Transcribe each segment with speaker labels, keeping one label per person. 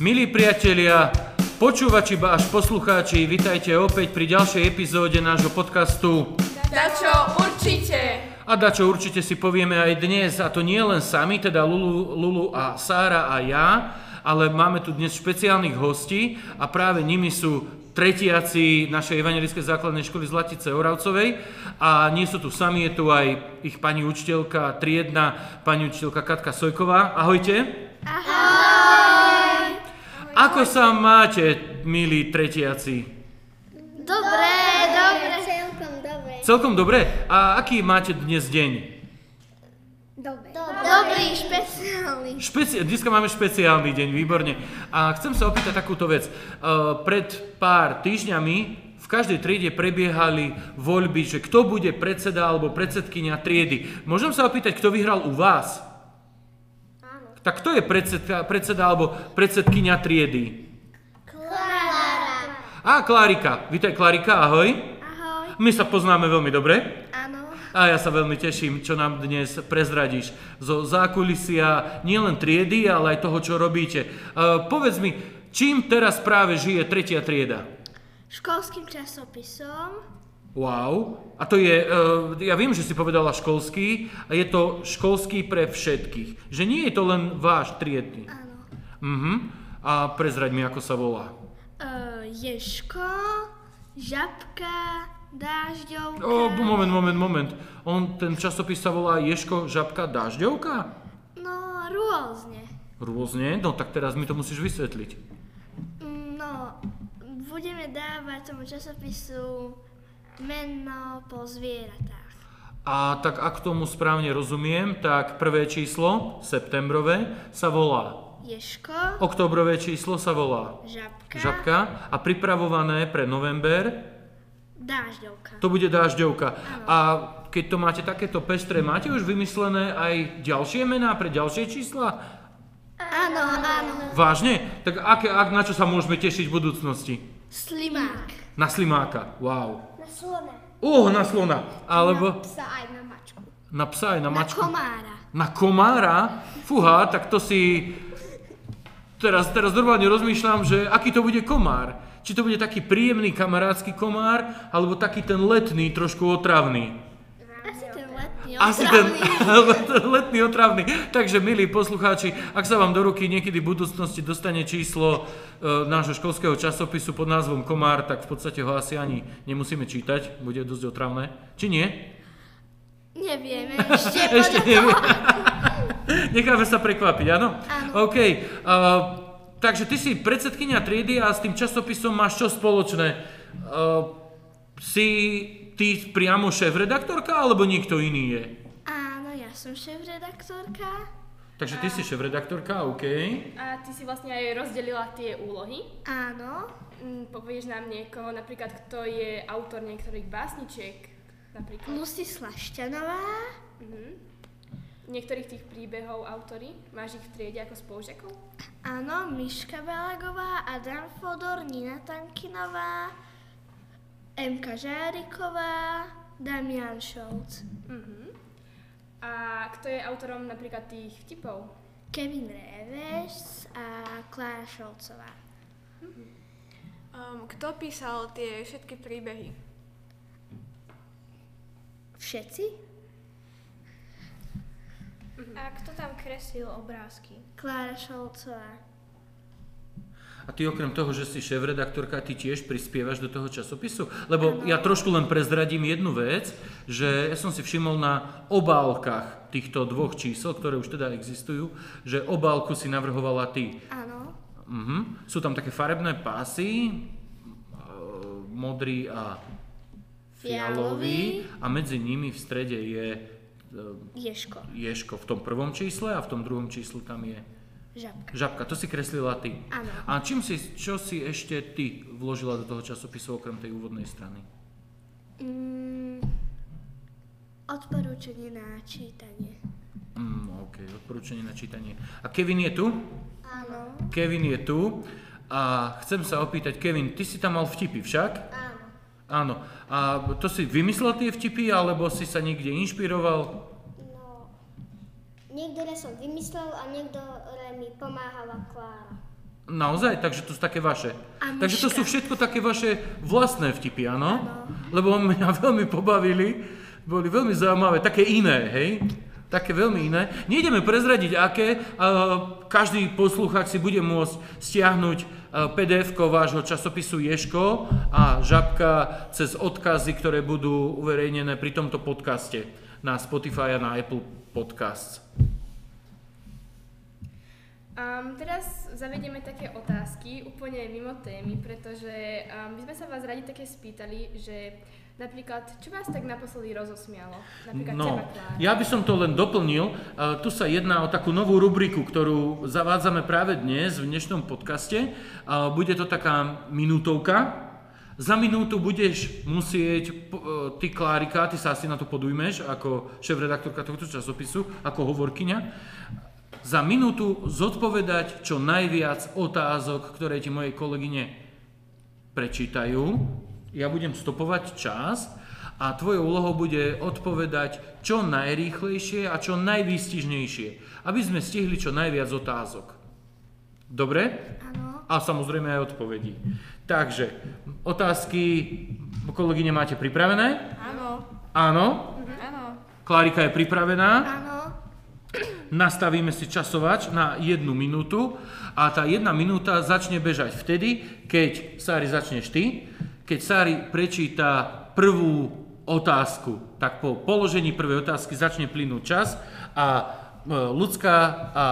Speaker 1: Milí priatelia, počúvači ba až poslucháči, vitajte opäť pri ďalšej epizóde nášho podcastu.
Speaker 2: Dačo, určite!
Speaker 1: A dačo určite si povieme aj dnes, a to nie len sami, teda Lulu, Lulu a Sára a ja, ale máme tu dnes špeciálnych hostí a práve nimi sú tretiaci našej evangelickej základnej školy z Latice Oravcovej a nie sú tu sami, je tu aj ich pani učiteľka triedna, pani učiteľka Katka Sojková. Ahojte. Ako sa máte, milí tretiaci?
Speaker 3: Dobre, dobre. Celkom dobre.
Speaker 1: Celkom dobre? A aký máte dnes deň?
Speaker 3: Dobre. Dobrý, špeciálny.
Speaker 1: Špeci- dneska máme špeciálny deň, výborne. A chcem sa opýtať takúto vec. E, pred pár týždňami v každej triede prebiehali voľby, že kto bude predseda alebo predsedkynia triedy. Môžem sa opýtať, kto vyhral u vás? Tak kto je predseda, predseda alebo predsedkynia triedy?
Speaker 3: Klára.
Speaker 1: Á, Klárika. Vítaj, Klárika, ahoj.
Speaker 3: Ahoj.
Speaker 1: My sa poznáme veľmi dobre.
Speaker 3: Áno.
Speaker 1: A ja sa veľmi teším, čo nám dnes prezradíš zo zákulisia nielen triedy, ale aj toho, čo robíte. E, povedz mi, čím teraz práve žije tretia trieda?
Speaker 3: Školským časopisom.
Speaker 1: Wow. A to je, e, ja viem, že si povedala školský, a je to školský pre všetkých. Že nie je to len váš triedny.
Speaker 3: Áno.
Speaker 1: Mhm. A prezraď mi, ako sa volá.
Speaker 3: Uh, ješko, žabka, dážďovka.
Speaker 1: O, moment, moment, moment. On, ten časopis sa volá Ješko, žabka, dážďovka?
Speaker 3: No, rôzne.
Speaker 1: Rôzne, no tak teraz mi to musíš vysvetliť.
Speaker 3: No, budeme dávať tomu časopisu meno po zvieratách.
Speaker 1: A tak ak tomu správne rozumiem, tak prvé číslo, septembrové, sa volá.
Speaker 3: Ješko,
Speaker 1: Oktobrové číslo sa volá
Speaker 3: žabka,
Speaker 1: žabka a pripravované pre november
Speaker 3: dážďovka.
Speaker 1: to bude dážďovka. A keď to máte takéto pestré, máte už vymyslené aj ďalšie mená pre ďalšie čísla?
Speaker 3: Áno, áno.
Speaker 1: Vážne? Tak aké, ak, na čo sa môžeme tešiť v budúcnosti?
Speaker 3: Slimák.
Speaker 1: Na slimáka, wow.
Speaker 3: Na slona.
Speaker 1: Oh, na slona. Alebo
Speaker 3: psa aj na mačku.
Speaker 1: na psa aj na
Speaker 3: Na
Speaker 1: mačku.
Speaker 3: komára.
Speaker 1: Na komára? Fúha, tak to si... Teraz, teraz normálne rozmýšľam, že aký to bude komár. Či to bude taký príjemný kamarádsky komár, alebo taký ten letný, trošku otravný.
Speaker 3: Asi ten letný
Speaker 1: Asi ten letný otravný. Takže, milí poslucháči, ak sa vám do ruky niekedy v budúcnosti dostane číslo e, nášho školského časopisu pod názvom Komár, tak v podstate ho asi ani nemusíme čítať, bude dosť otravné. Či nie?
Speaker 3: Nevieme ešte.
Speaker 1: Ešte neviem. Necháme sa prekvapiť, áno?
Speaker 3: Áno.
Speaker 1: OK. Uh, takže ty si predsedkynia triedy a s tým časopisom máš čo spoločné? Uh, si ty priamo šéf-redaktorka, alebo niekto iný je?
Speaker 3: Áno, ja som šéf-redaktorka.
Speaker 1: Takže ty si šéf-redaktorka, OK.
Speaker 2: A ty si vlastne aj rozdelila tie úlohy.
Speaker 3: Áno.
Speaker 2: Mm, Povieš nám niekoho, napríklad, kto je autor niektorých básničiek, napríklad.
Speaker 3: Lucy Slašťanová.
Speaker 2: Mhm. Niektorých tých príbehov autory. Máš ich v triede ako spolužiakov?
Speaker 3: Áno, Miška Balagová, Adam Fodor, Nina Tankinová, Emka Žáriková, Damian Šolc,
Speaker 2: Mhm. A kto je autorom napríklad tých vtipov?
Speaker 3: Kevin Reves a Klára Šolcová.
Speaker 4: Um, kto písal tie všetky príbehy?
Speaker 3: Všetci?
Speaker 5: Mhm. A kto tam kreslil obrázky?
Speaker 3: Klára Šolcová.
Speaker 1: A ty okrem toho, že si šéf-redaktorka, ty tiež prispievaš do toho časopisu? Lebo ja trošku len prezradím jednu vec, že ja som si všimol na obálkach týchto dvoch čísel, ktoré už teda existujú, že obálku si navrhovala ty.
Speaker 3: Áno.
Speaker 1: Mhm. Sú tam také farebné pásy, e, modrý a fialový a medzi nimi v strede je e,
Speaker 3: Ješko.
Speaker 1: ješko v tom prvom čísle a v tom druhom číslu tam je
Speaker 3: Žabka.
Speaker 1: žabka. To si kreslila ty.
Speaker 3: Áno.
Speaker 1: A čím si, čo si ešte ty vložila do toho časopisu okrem tej úvodnej strany?
Speaker 3: Mm, odporúčanie na čítanie.
Speaker 1: Mm, OK, odporúčanie na čítanie. A Kevin je tu?
Speaker 3: Áno.
Speaker 1: Kevin je tu. A chcem sa opýtať, Kevin, ty si tam mal vtipy však?
Speaker 3: Áno.
Speaker 1: Áno. A to si vymyslel tie vtipy, alebo si sa niekde inšpiroval?
Speaker 6: No, niektoré som vymyslel a niektoré mi pomáhala Klára.
Speaker 1: Naozaj? Takže to sú také vaše.
Speaker 3: A
Speaker 1: Takže to
Speaker 3: myška.
Speaker 1: sú všetko také vaše vlastné vtipy, áno? Lebo mňa veľmi pobavili, boli veľmi zaujímavé, také iné, hej? Také veľmi iné. Nejdeme prezradiť aké, ale každý poslucháč si bude môcť stiahnuť pdf vášho časopisu Ješko a Žabka cez odkazy, ktoré budú uverejnené pri tomto podcaste na Spotify a na Apple Podcasts.
Speaker 2: Um, teraz zavedieme také otázky úplne mimo témy, pretože um, my sme sa vás radi také spýtali, že napríklad, čo vás tak naposledy rozosmialo? Napríklad teba,
Speaker 1: No,
Speaker 2: Klára.
Speaker 1: ja by som to len doplnil. Eh, Tu sa jedná o takú novú rubriku, ktorú zavádzame práve dnes v dnešnom podcaste. Eh, Bude to taká minútovka. Za minútu budeš musieť, po- eh, ty Klárika, ty sa asi na to podujmeš ako šéf-redaktorka tohto časopisu, ako hovorkyňa, za minútu zodpovedať čo najviac otázok, ktoré ti mojej kolegyne prečítajú. Ja budem stopovať čas a tvojou úlohou bude odpovedať čo najrýchlejšie a čo najvýstižnejšie, aby sme stihli čo najviac otázok. Dobre?
Speaker 3: Áno.
Speaker 1: A samozrejme aj odpovedí. Takže, otázky kolegyne máte pripravené?
Speaker 4: Áno, Mhm.
Speaker 1: Áno.
Speaker 4: áno.
Speaker 1: Klárika je pripravená?
Speaker 3: Áno.
Speaker 1: nastavíme si časovač na jednu minútu a tá jedna minúta začne bežať vtedy, keď Sári začneš ty, keď Sári prečíta prvú otázku. Tak po položení prvej otázky začne plynúť čas a e, ľudská a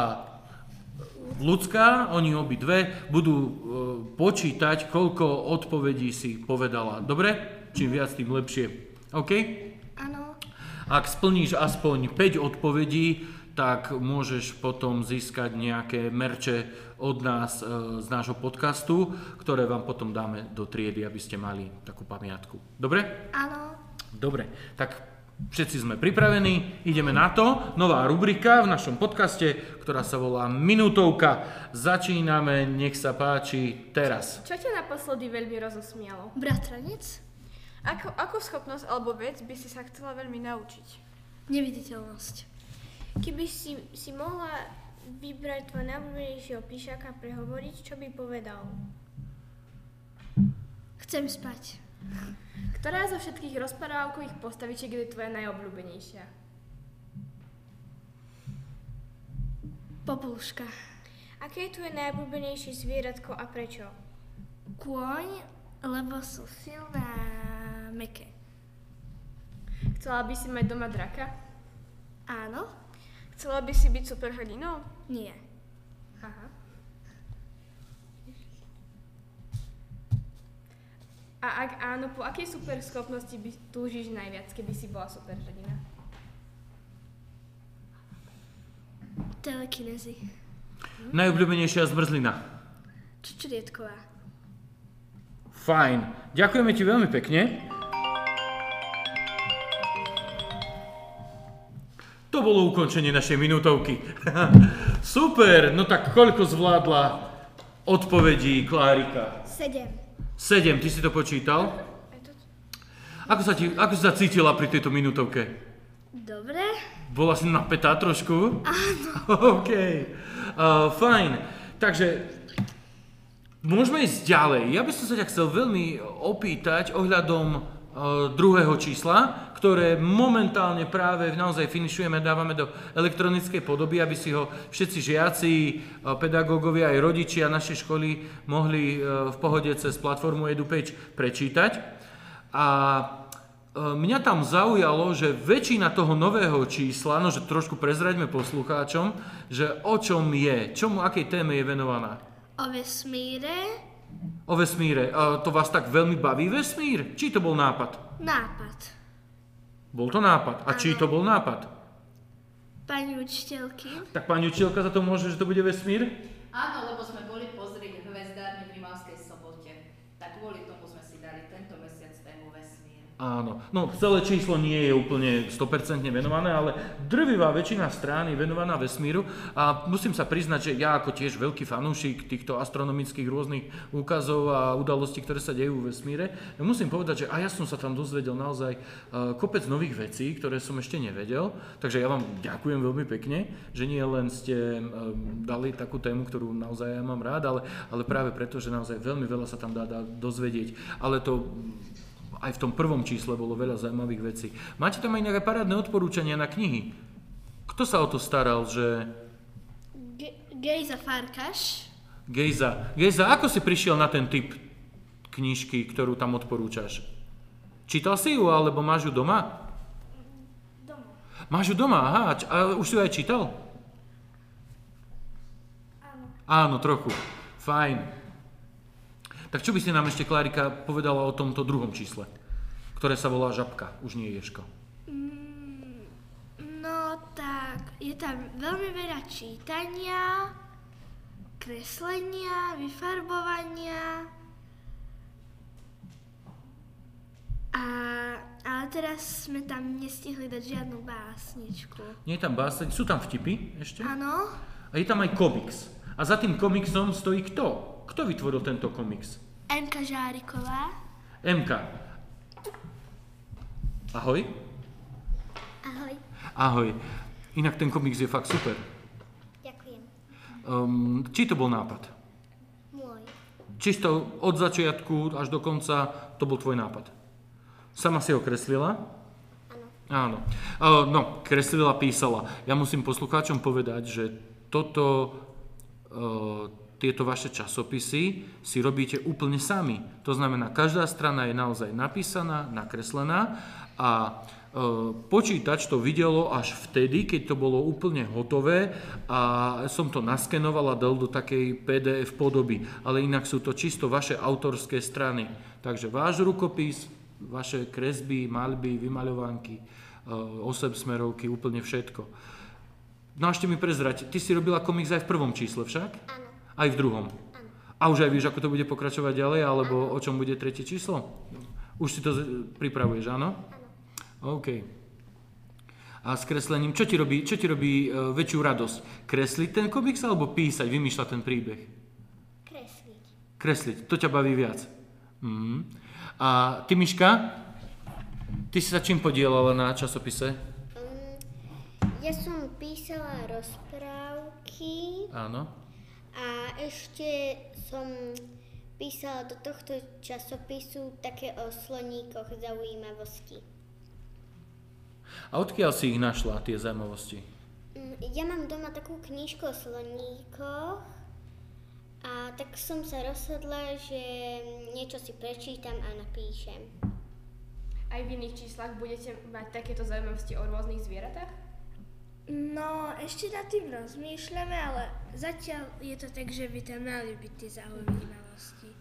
Speaker 1: ľudská, oni obidve, budú e, počítať, koľko odpovedí si povedala. Dobre? Čím viac, tým lepšie. OK?
Speaker 3: Áno.
Speaker 1: Ak splníš aspoň 5 odpovedí, tak môžeš potom získať nejaké merče od nás e, z nášho podcastu, ktoré vám potom dáme do triedy, aby ste mali takú pamiatku. Dobre?
Speaker 3: Áno.
Speaker 1: Dobre. Tak všetci sme pripravení, ideme na to. Nová rubrika v našom podcaste, ktorá sa volá Minútovka. Začíname, nech sa páči, teraz.
Speaker 2: Čo ťa naposledy veľmi rozosmialo?
Speaker 3: Bratranec?
Speaker 4: Ako, akú schopnosť alebo vec by si sa chcela veľmi naučiť?
Speaker 3: Neviditeľnosť.
Speaker 5: Keby si, si mohla vybrať tvoj najobľúbenejšieho píšaka prehovoriť, čo by povedal?
Speaker 3: Chcem spať.
Speaker 2: Ktorá zo všetkých rozprávkových postavičiek je tvoja najobľúbenejšia?
Speaker 3: Popoluška.
Speaker 5: Aké je tvoje najobľúbenejšie zvieratko a prečo?
Speaker 3: Kôň, lebo sú silné a meké.
Speaker 2: Chcela by si mať doma draka?
Speaker 3: Áno?
Speaker 4: Chcela by si byť superhrdinou?
Speaker 3: Nie.
Speaker 2: Aha. A ak áno, po akej super schopnosti by túžiš najviac, keby si bola super hrdina?
Speaker 3: Telekinezy.
Speaker 1: Najobľúbenejšia zmrzlina.
Speaker 3: Čučurietková.
Speaker 1: Fajn. Ďakujeme ti veľmi pekne. To bolo ukončenie našej minútovky. Super, no tak koľko zvládla odpovedí Klárika?
Speaker 3: Sedem.
Speaker 1: Sedem, ty si to počítal? Ako sa, ti, ako sa cítila pri tejto minútovke?
Speaker 3: Dobre.
Speaker 1: Bola si napätá trošku? Áno. OK, uh, fajn. Takže Môžeme ísť ďalej. Ja by som sa ťa chcel veľmi opýtať ohľadom e, druhého čísla, ktoré momentálne práve naozaj finišujeme, dávame do elektronickej podoby, aby si ho všetci žiaci, e, pedagógovia aj rodičia našej školy mohli e, v pohode cez platformu EduPage prečítať. A e, mňa tam zaujalo, že väčšina toho nového čísla, no že trošku prezraďme poslucháčom, že o čom je, čomu, akej téme je venovaná.
Speaker 3: O vesmíre.
Speaker 1: O vesmíre. A to vás tak veľmi baví vesmír? Čí to bol nápad?
Speaker 3: Nápad.
Speaker 1: Bol to nápad. A čí to bol nápad?
Speaker 3: Pani učiteľky.
Speaker 1: Tak pani učiteľka za to môže, že to bude vesmír?
Speaker 6: Áno, lebo sme boli pozrieť hvezdárne v Rimavskej sobote. Tak kvôli tomu sme si dali tento mesiac tému vesmír.
Speaker 1: Áno. No, celé číslo nie je úplne 100% venované, ale drvivá väčšina strán je venovaná vesmíru a musím sa priznať, že ja ako tiež veľký fanúšik týchto astronomických rôznych úkazov a udalostí, ktoré sa dejú v vesmíre, musím povedať, že aj ja som sa tam dozvedel naozaj eh, kopec nových vecí, ktoré som ešte nevedel, takže ja vám ďakujem veľmi pekne, že nie len ste eh, dali takú tému, ktorú naozaj ja mám rád, ale, ale práve preto, že naozaj veľmi veľa sa tam dá, dá dozvedieť, ale to aj v tom prvom čísle bolo veľa zaujímavých vecí. Máte tam aj nejaké parádne odporúčania na knihy? Kto sa o to staral, že
Speaker 3: Ge- Gejza Farkaš.
Speaker 1: Gejza... Gejza, ako si prišiel na ten typ knižky, ktorú tam odporúčaš? Čítal si ju, alebo máš ju doma?
Speaker 5: Doma.
Speaker 1: Máš ju doma, aha. A č- A už si ju aj čítal?
Speaker 5: Áno.
Speaker 1: Áno, trochu. Fajn. Tak čo by si nám ešte, Klárika, povedala o tomto druhom čísle, ktoré sa volá Žabka, už nie Ješko.
Speaker 3: Mm, no tak, je tam veľmi veľa čítania, kreslenia, vyfarbovania. A, ale teraz sme tam nestihli dať žiadnu básničku.
Speaker 1: Nie je tam báseň, sú tam vtipy ešte?
Speaker 3: Áno,
Speaker 1: A je tam aj komiks. A za tým komiksom stojí kto? Kto vytvoril tento komiks?
Speaker 3: Enka Žáriková.
Speaker 1: MK. Ahoj.
Speaker 5: Ahoj.
Speaker 1: Ahoj. Inak ten komiks je fakt super.
Speaker 5: Ďakujem.
Speaker 1: Um, či to bol nápad?
Speaker 5: Môj.
Speaker 1: Čisto od začiatku až do konca to bol tvoj nápad. Sama si ho kreslila? Áno. Áno. E, No, kreslila, písala. Ja musím poslucháčom povedať, že toto, e, tieto vaše časopisy si robíte úplne sami. To znamená, každá strana je naozaj napísaná, nakreslená a e, počítač to videlo až vtedy, keď to bolo úplne hotové a som to naskenoval a dal do takej PDF podoby. Ale inak sú to čisto vaše autorské strany. Takže váš rukopis, vaše kresby, malby, vymaľovánky, eh, osem smerovky, úplne všetko. No a ešte mi prezrať, ty si robila komiks aj v prvom čísle však? Áno. Aj v druhom? Áno. A už aj vieš, ako to bude pokračovať ďalej, alebo o čom bude tretie číslo? Už si to z- pripravuješ, áno? Áno. OK. A s kreslením, čo ti robí, čo ti robí eh, väčšiu radosť? Kresliť ten komiks alebo písať, vymýšľať ten príbeh?
Speaker 5: Kresliť.
Speaker 1: Kresliť, to ťa baví viac. Mhm. A ty, Miška, ty si sa čím podielala na časopise?
Speaker 5: Um, ja som písala rozprávky
Speaker 1: Áno.
Speaker 5: a ešte som písala do tohto časopisu také o sloníkoch zaujímavosti.
Speaker 1: A odkiaľ si ich našla, tie zaujímavosti?
Speaker 5: Mm, Ja mám doma takú knižku o sloníkoch a tak som sa rozhodla, že niečo si prečítam a napíšem.
Speaker 2: Aj v iných číslach budete mať takéto zaujímavosti o rôznych zvieratách?
Speaker 3: No, ešte nad tým rozmýšľame, ale zatiaľ je to tak, že by tam mali byť tie zaujímavosti.
Speaker 1: E,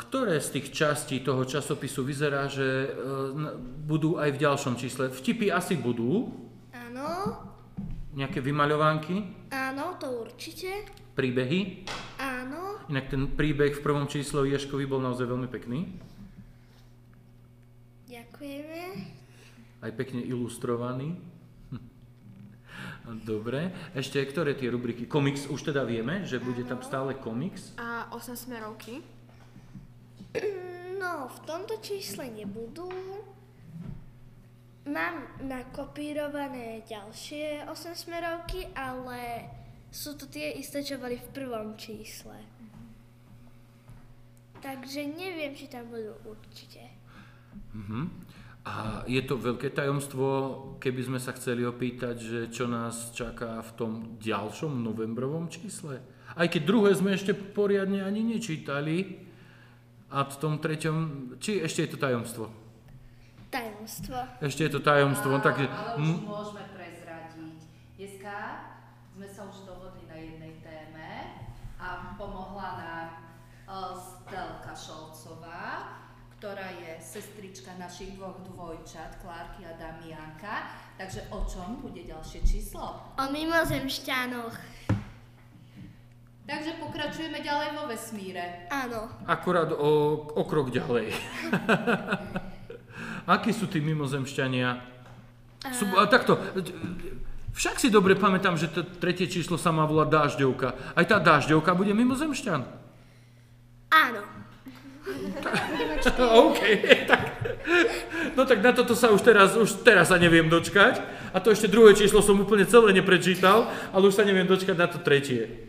Speaker 1: Ktoré z tých častí toho časopisu vyzerá, že e, n- budú aj v ďalšom čísle? Vtipy asi budú,
Speaker 3: Áno,
Speaker 1: nejaké vymaľovánky,
Speaker 3: áno, to určite.
Speaker 1: príbehy.
Speaker 3: Áno,
Speaker 1: Inak ten príbeh v prvom čísle o Ješkovi bol naozaj veľmi pekný.
Speaker 3: ďakujeme.
Speaker 1: Aj pekne ilustrovaný. Hm. Dobre. Ešte ktoré tie rubriky? Komiks už teda vieme, že bude tam stále komiks.
Speaker 4: A 8 smerovky.
Speaker 3: No, v tomto čísle nebudú. Mám nakopírované ďalšie 8 smerovky, ale sú to tie isté, čo boli v prvom čísle. Takže neviem, či tam budú určite.
Speaker 1: Mhm. A je to veľké tajomstvo, keby sme sa chceli opýtať, že čo nás čaká v tom ďalšom novembrovom čísle. Aj keď druhé sme ešte poriadne ani nečítali. A v tom treťom, či ešte je to tajomstvo?
Speaker 3: Tajomstvo.
Speaker 1: Ešte je to tajomstvo, tak...
Speaker 6: Ale
Speaker 1: hm.
Speaker 6: už môžeme prezradiť. Dneska sme sa už dohodli na jednej téme a pomohla nám eh, Stelka Šolcová, ktorá je sestrička našich dvoch dvojčat, Klárky a Damianka. Takže o čom bude ďalšie číslo?
Speaker 3: O mimozemšťanoch.
Speaker 6: Takže pokračujeme ďalej vo vesmíre.
Speaker 3: Áno.
Speaker 1: Akurát o, o krok ďalej. Akí sú tí mimozemšťania? Sú, a takto, však si dobre pamätám, že to tretie číslo sa má volať dážďovka. Aj tá dážďovka bude mimozemšťan.
Speaker 3: Áno.
Speaker 1: OK, tak. No tak na toto sa už teraz, už teraz sa neviem dočkať. A to ešte druhé číslo som úplne celé neprečítal, ale už sa neviem dočkať na to tretie.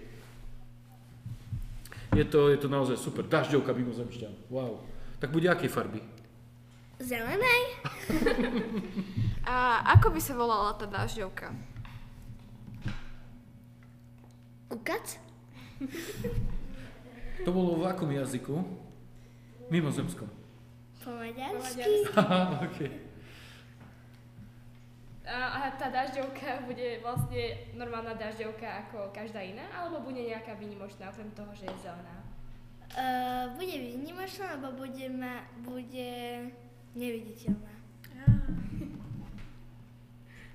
Speaker 1: Je to, je to naozaj super. Dažďovka mimozemšťan. Wow. Tak bude aké farby?
Speaker 3: Zelenej?
Speaker 4: A ako by sa volala tá dážďovka?
Speaker 3: Ukac?
Speaker 1: To bolo v akom jazyku? Mimozemskom.
Speaker 3: Po maďarsky?
Speaker 1: Haha, OK.
Speaker 2: A, a tá dažďovka bude vlastne normálna dažďovka ako každá iná, alebo bude nejaká výnimočná, okrem toho, že je zelená.
Speaker 3: Uh, bude výnimočná, alebo bude, ma, bude neviditeľná.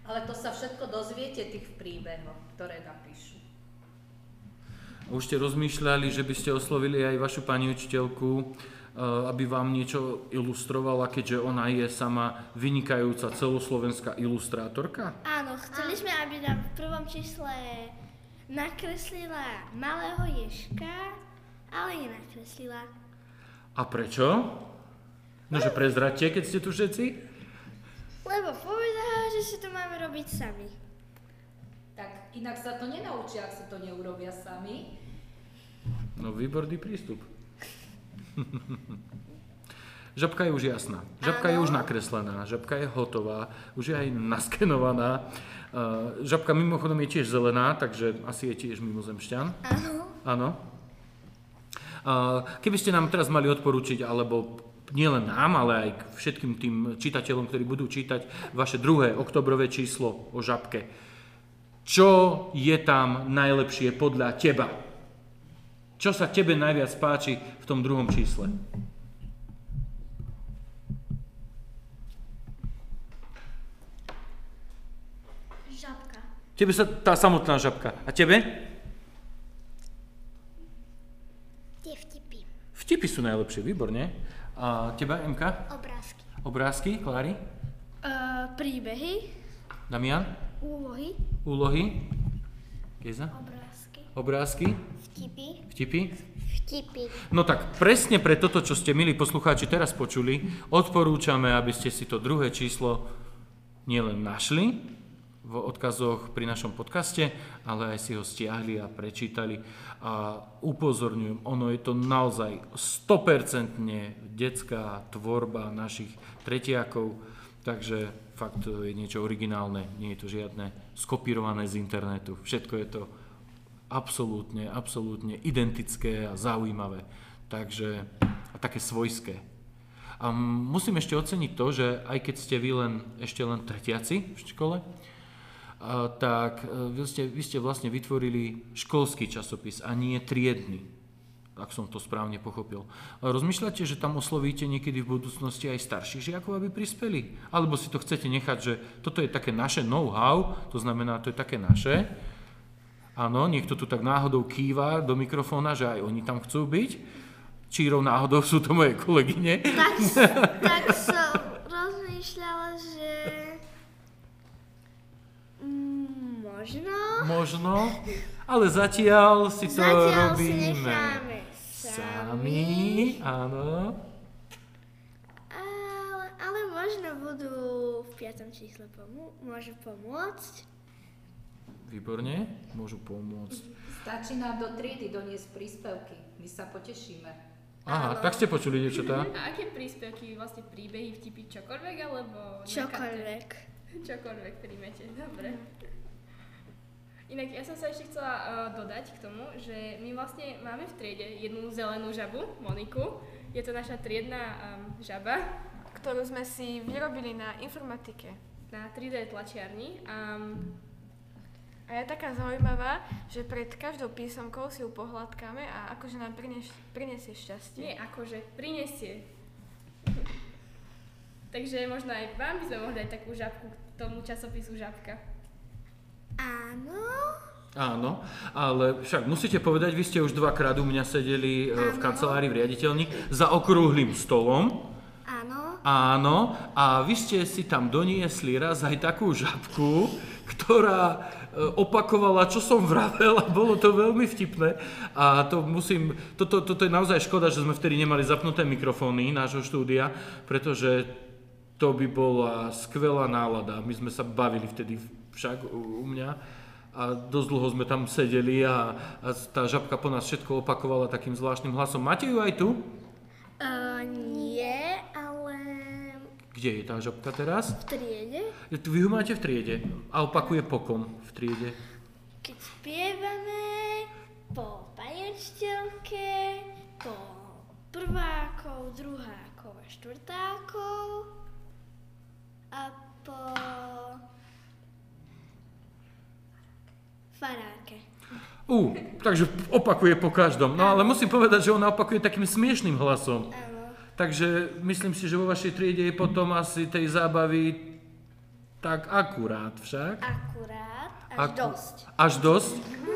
Speaker 6: Ale to sa všetko dozviete tých príbehoch, ktoré napíšu.
Speaker 1: Už ste rozmýšľali, že by ste oslovili aj vašu pani učiteľku, eh, aby vám niečo ilustrovala, keďže ona je sama vynikajúca celoslovenská ilustrátorka?
Speaker 3: Áno, chceli sme, aby nám v prvom čísle nakreslila malého ježka, ale nenakreslila.
Speaker 1: A prečo? Nože prezradte, keď ste tu všetci?
Speaker 3: Lebo povedala, že si to máme robiť sami.
Speaker 6: Tak inak sa to nenaučia, ak si to neurobia sami.
Speaker 1: No výborný prístup. Žabka je už jasná. Žabka je už nakreslená, žabka je hotová, už je aj naskenovaná. Eh, Žabka mimochodom je tiež zelená, takže asi je tiež mimozemšťan.
Speaker 3: Áno.
Speaker 1: Áno. A Keby ste nám teraz mali odporučiť, alebo nielen nám, ale aj k všetkým tým čitateľom, ktorí budú čítať vaše druhé oktobrové číslo o žabke, čo je tam najlepšie podľa teba? Čo sa tebe najviac páči v tom druhom čísle?
Speaker 3: Žabka.
Speaker 1: Tebe sa tá samotná žabka. A tebe?
Speaker 5: Tie vtipy,
Speaker 1: Vtipy sú najlepšie, výborne. A teba, MK?
Speaker 5: obrázky.
Speaker 1: Obrázky, Klári?
Speaker 3: Uh, príbehy,
Speaker 1: Damian?
Speaker 3: úlohy,
Speaker 1: Úlohy? Geza?
Speaker 3: obrázky.
Speaker 1: Obrázky?
Speaker 5: Vtipy,
Speaker 1: Vtipy?
Speaker 5: vtipy.
Speaker 1: No tak presne pre toto, čo ste milí poslucháči teraz počuli, odporúčame, aby ste si to druhé číslo nielen našli v odkazoch pri našom podcaste, ale aj si ho stiahli a prečítali. A upozorňujem, ono je to naozaj 100% detská tvorba našich tretiakov, takže fakt to je niečo originálne, nie je to žiadne skopírované z internetu. Všetko je to absolútne, absolútne identické a zaujímavé. Takže, a také svojské. A m- musím ešte oceniť to, že aj keď ste vy len, ešte len tretiaci v škole, a, tak e, vy ste, vy ste vlastne vytvorili školský časopis a nie triedny, ak som to správne pochopil. A Rozmýšľate, že tam oslovíte niekedy v budúcnosti aj starších žiakov, aby prispeli? Alebo si to chcete nechať, že toto je také naše know-how, to znamená, to je také naše, Áno, niekto tu tak náhodou kýva do mikrofóna, že aj oni tam chcú byť. Čírov náhodou sú to moje kolegyne.
Speaker 3: Tak, s- tak som rozmýšľala, že... Mm, Možno.
Speaker 1: Možno, ale zatiaľ si to
Speaker 3: Zatiaľ si
Speaker 1: robíme
Speaker 3: necháme
Speaker 1: sami.
Speaker 3: sami.
Speaker 1: Áno.
Speaker 3: Ale, ale možno budú v piatom čísle pomô- môžu pomôcť.
Speaker 1: Výborne, môžu pomôcť.
Speaker 6: Stačí nám do triedy doniesť príspevky. My sa potešíme.
Speaker 1: Aha, tak ste počuli dievčatá.
Speaker 2: A aké príspevky, vlastne príbehy, vtipy, čokoľvek, alebo... nejaká-
Speaker 3: Čokoľvek.
Speaker 2: Čokoľvek príjmete, dobre. Inak ja som sa ešte chcela uh, dodať k tomu, že my vlastne máme v triede jednu zelenú žabu, Moniku. Je to naša triedna um, žaba
Speaker 4: Ktorú sme si vyrobili na informatike.
Speaker 2: na 3D tlačiarni. Um,
Speaker 4: A je taká zaujímavá, že pred každou písomkou si ju pohľadkáme a akože nám prineš, prinesie šťastie.
Speaker 2: nie akože, prinesie. Takže možno aj vám by sme mohli dať takú žabku k tomu časopisu Žabka.
Speaker 3: Áno.
Speaker 1: Áno, ale však musíte povedať, vy ste už dvakrát u mňa sedeli e, v kancelárii v riaditeľni za okrúhlým stolom.
Speaker 3: Áno.
Speaker 1: Áno, a vy ste si tam doniesli raz aj takú žabku, ktorá e, opakovala, čo som vravel a bolo to veľmi vtipné. A to musím, toto, toto je naozaj škoda, že sme vtedy nemali zapnuté mikrofóny nášho štúdia, pretože to by bola skvelá nálada. My sme sa bavili vtedy však u, u mňa a dosť dlho sme tam sedeli a, a tá žabka po nás všetko opakovala takým zvláštnym hlasom. Máte ju aj tu?
Speaker 3: Uh, nie, ale
Speaker 1: Kde je tá žabka teraz?
Speaker 3: v triede,
Speaker 1: Vy ju máte v triede a opakuje pokom v triede.
Speaker 3: keď spievame po pajerštelke, po prvákov, druhákov a štvrtákov a po farárke.
Speaker 1: Ú, takže opakuje po každom. No ale musím povedať, že ona opakuje takým smiešným hlasom.
Speaker 3: Áno.
Speaker 1: Takže myslím si, že vo vašej triede je potom asi tej zábavy tak akurát však.
Speaker 3: Akurát až
Speaker 1: Aku-
Speaker 3: dosť.
Speaker 1: Až dosť?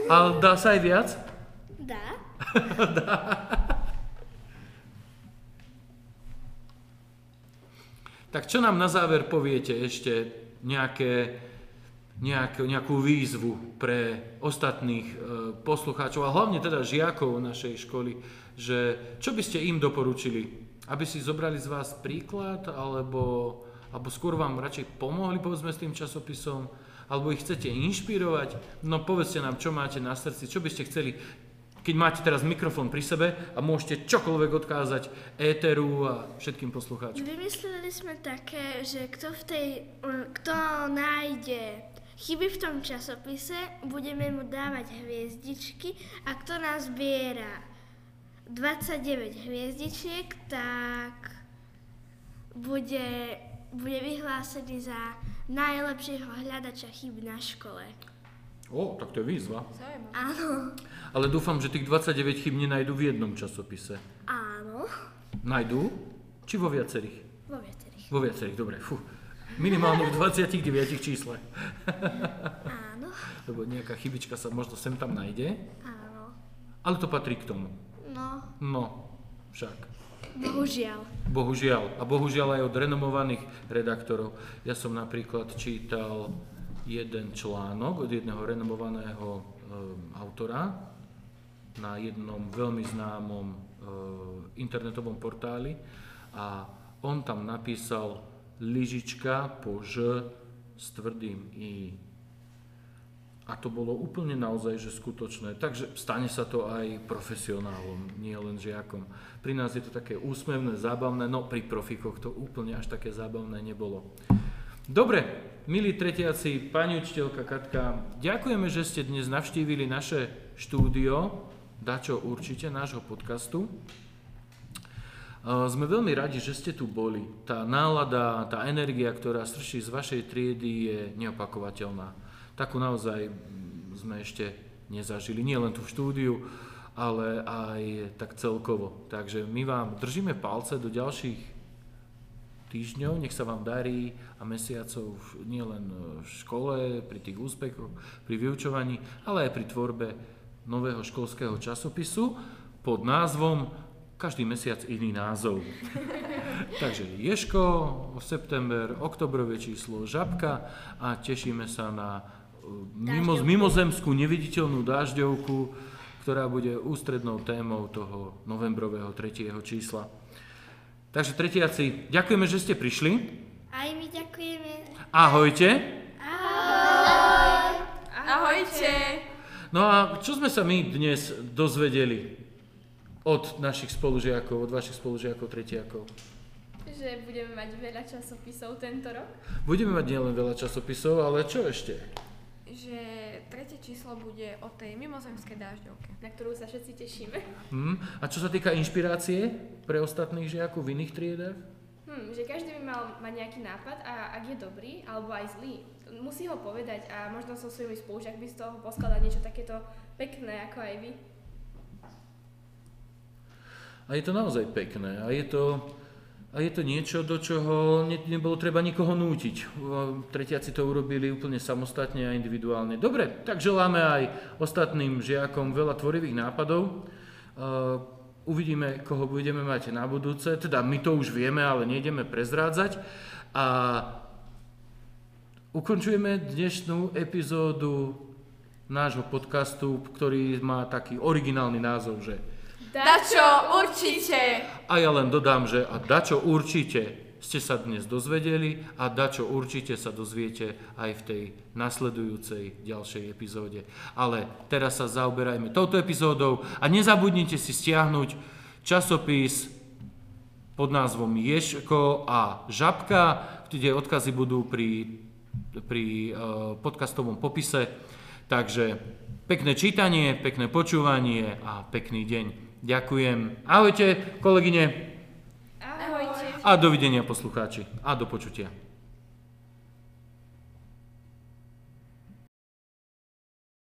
Speaker 1: Ale dá sa aj viac?
Speaker 3: Dá?
Speaker 1: Tak čo nám na záver poviete ešte nejaké, nejakú, nejakú výzvu pre ostatných e, poslucháčov a hlavne teda žiakov našej školy, že čo by ste im doporučili? Aby si zobrali z vás príklad alebo, alebo skôr vám radšej pomohli povedzme s tým časopisom alebo ich chcete inšpirovať? No povedzte nám, čo máte na srdci, čo by ste chceli keď máte teraz mikrofón pri sebe a môžete čokoľvek odkázať éteru a všetkým poslucháčom.
Speaker 3: Vymysleli sme také, že kto v tej, mm, kto nájde chyby v tom časopise, budeme mu dávať hviezdičky a kto nazbiera 29 hviezdičiek, tak bude, bude vyhlásený za najlepšieho hľadača chyb na škole.
Speaker 1: O, tak to je výzva.
Speaker 4: Zaujímavé.
Speaker 3: Áno.
Speaker 1: Ale dúfam, že tých 29 chyb nenajdu v jednom časopise.
Speaker 3: Áno.
Speaker 1: Najdú? Či vo viacerých?
Speaker 3: Vo viacerých.
Speaker 1: Vo viacerých, dobre, fú. Minimálne v 29 číslach.
Speaker 3: Áno.
Speaker 1: Lebo nejaká chybička sa možno sem tam nájde.
Speaker 3: Áno.
Speaker 1: Ale to patrí k tomu.
Speaker 3: No,
Speaker 1: No, však.
Speaker 3: bohužiaľ.
Speaker 1: Bohužiaľ. A bohužiaľ aj od renomovaných redaktorov. Ja som napríklad čítal jeden článok od jedného renomovaného em, autora na jednom veľmi známom e, internetovom portáli a on tam napísal lyžička po ž s tvrdým i. A to bolo úplne naozaj, že skutočné. Takže stane sa to aj profesionálom, nie len žiakom. Pri nás je to také úsmevné, zábavné, no pri profikoch to úplne až také zábavné nebolo. Dobre, milí tretiaci, pani učiteľka Katka, ďakujeme, že ste dnes navštívili naše štúdio, dačo určite, nášho podcastu. Uh, Sme veľmi radi, že ste tu boli. Tá nálada, tá energia, ktorá strší z vašej triedy, je neopakovateľná. Takú naozaj mm, sme ešte nezažili, nie len tu v štúdiu, ale aj tak celkovo. Takže my vám držíme palce do ďalších týždňov, nech sa vám darí a mesiacov v- nielen v škole, pri tých úspechoch, pri vyučovaní, ale aj pri tvorbe nového školského časopisu pod názvom každý mesiac iný názov. Takže Ješko, september, oktobrové číslo Žabka a tešíme sa na e, mimo,
Speaker 3: Dážďovku.
Speaker 1: mimozemskú neviditeľnú dážďovku, ktorá bude ústrednou témou toho novembrového 3. čísla. Takže tretiaci, ďakujeme, že ste prišli.
Speaker 3: Aj my ďakujeme.
Speaker 1: Ahojte.
Speaker 4: Ahojte.
Speaker 1: No a čo sme sa my dnes dozvedeli od našich spolužiakov, od vašich spolužiakov, tretiakov?
Speaker 2: Že budeme mať veľa časopisov tento rok.
Speaker 1: Budeme mať nielen veľa časopisov, ale čo ešte?
Speaker 4: Že tretie číslo bude o tej mimozemskej dážďovke.
Speaker 2: na ktorú sa všetci tešíme.
Speaker 1: Hm? A čo sa týka inšpirácie pre ostatných žiakov v iných triedach?
Speaker 2: Hm, že každý by mal mať nejaký nápad a ak je dobrý, alebo aj zlý, musí ho povedať a možno so svojimi spolužiakmi z toho poskladať niečo takéto pekné ako aj vy.
Speaker 1: A je to naozaj pekné. A je to, a je to niečo, do čoho ne, nebolo treba nikoho nútiť. Ehm, Tretiaci to urobili úplne samostatne a individuálne. Dobre, tak želáme aj ostatným žiakom veľa tvorivých nápadov. Ehm, Uvidíme, koho budeme mať na budúce. Teda my to už vieme, ale nejdeme prezrádzať. A ukončujeme dnešnú epizódu nášho podcastu, ktorý má taký originálny názov, že
Speaker 4: Dačo, určite!
Speaker 1: a ja len dodám, že a dačo určite ste sa dnes dozvedeli a dačo určite sa dozviete aj v tej nasledujúcej ďalšej epizóde. Ale teraz sa zaoberajme touto epizódou a nezabudnite si stiahnuť časopis pod názvom Ješko a Žabka, kde odkazy budú pri, pri eh, podcastovom popise. Takže pekné čítanie, pekné počúvanie a pekný deň. Ďakujem. Ahojte, kolegyne.
Speaker 2: Ahojte.
Speaker 1: A dovidenia poslucháči. A do počutia.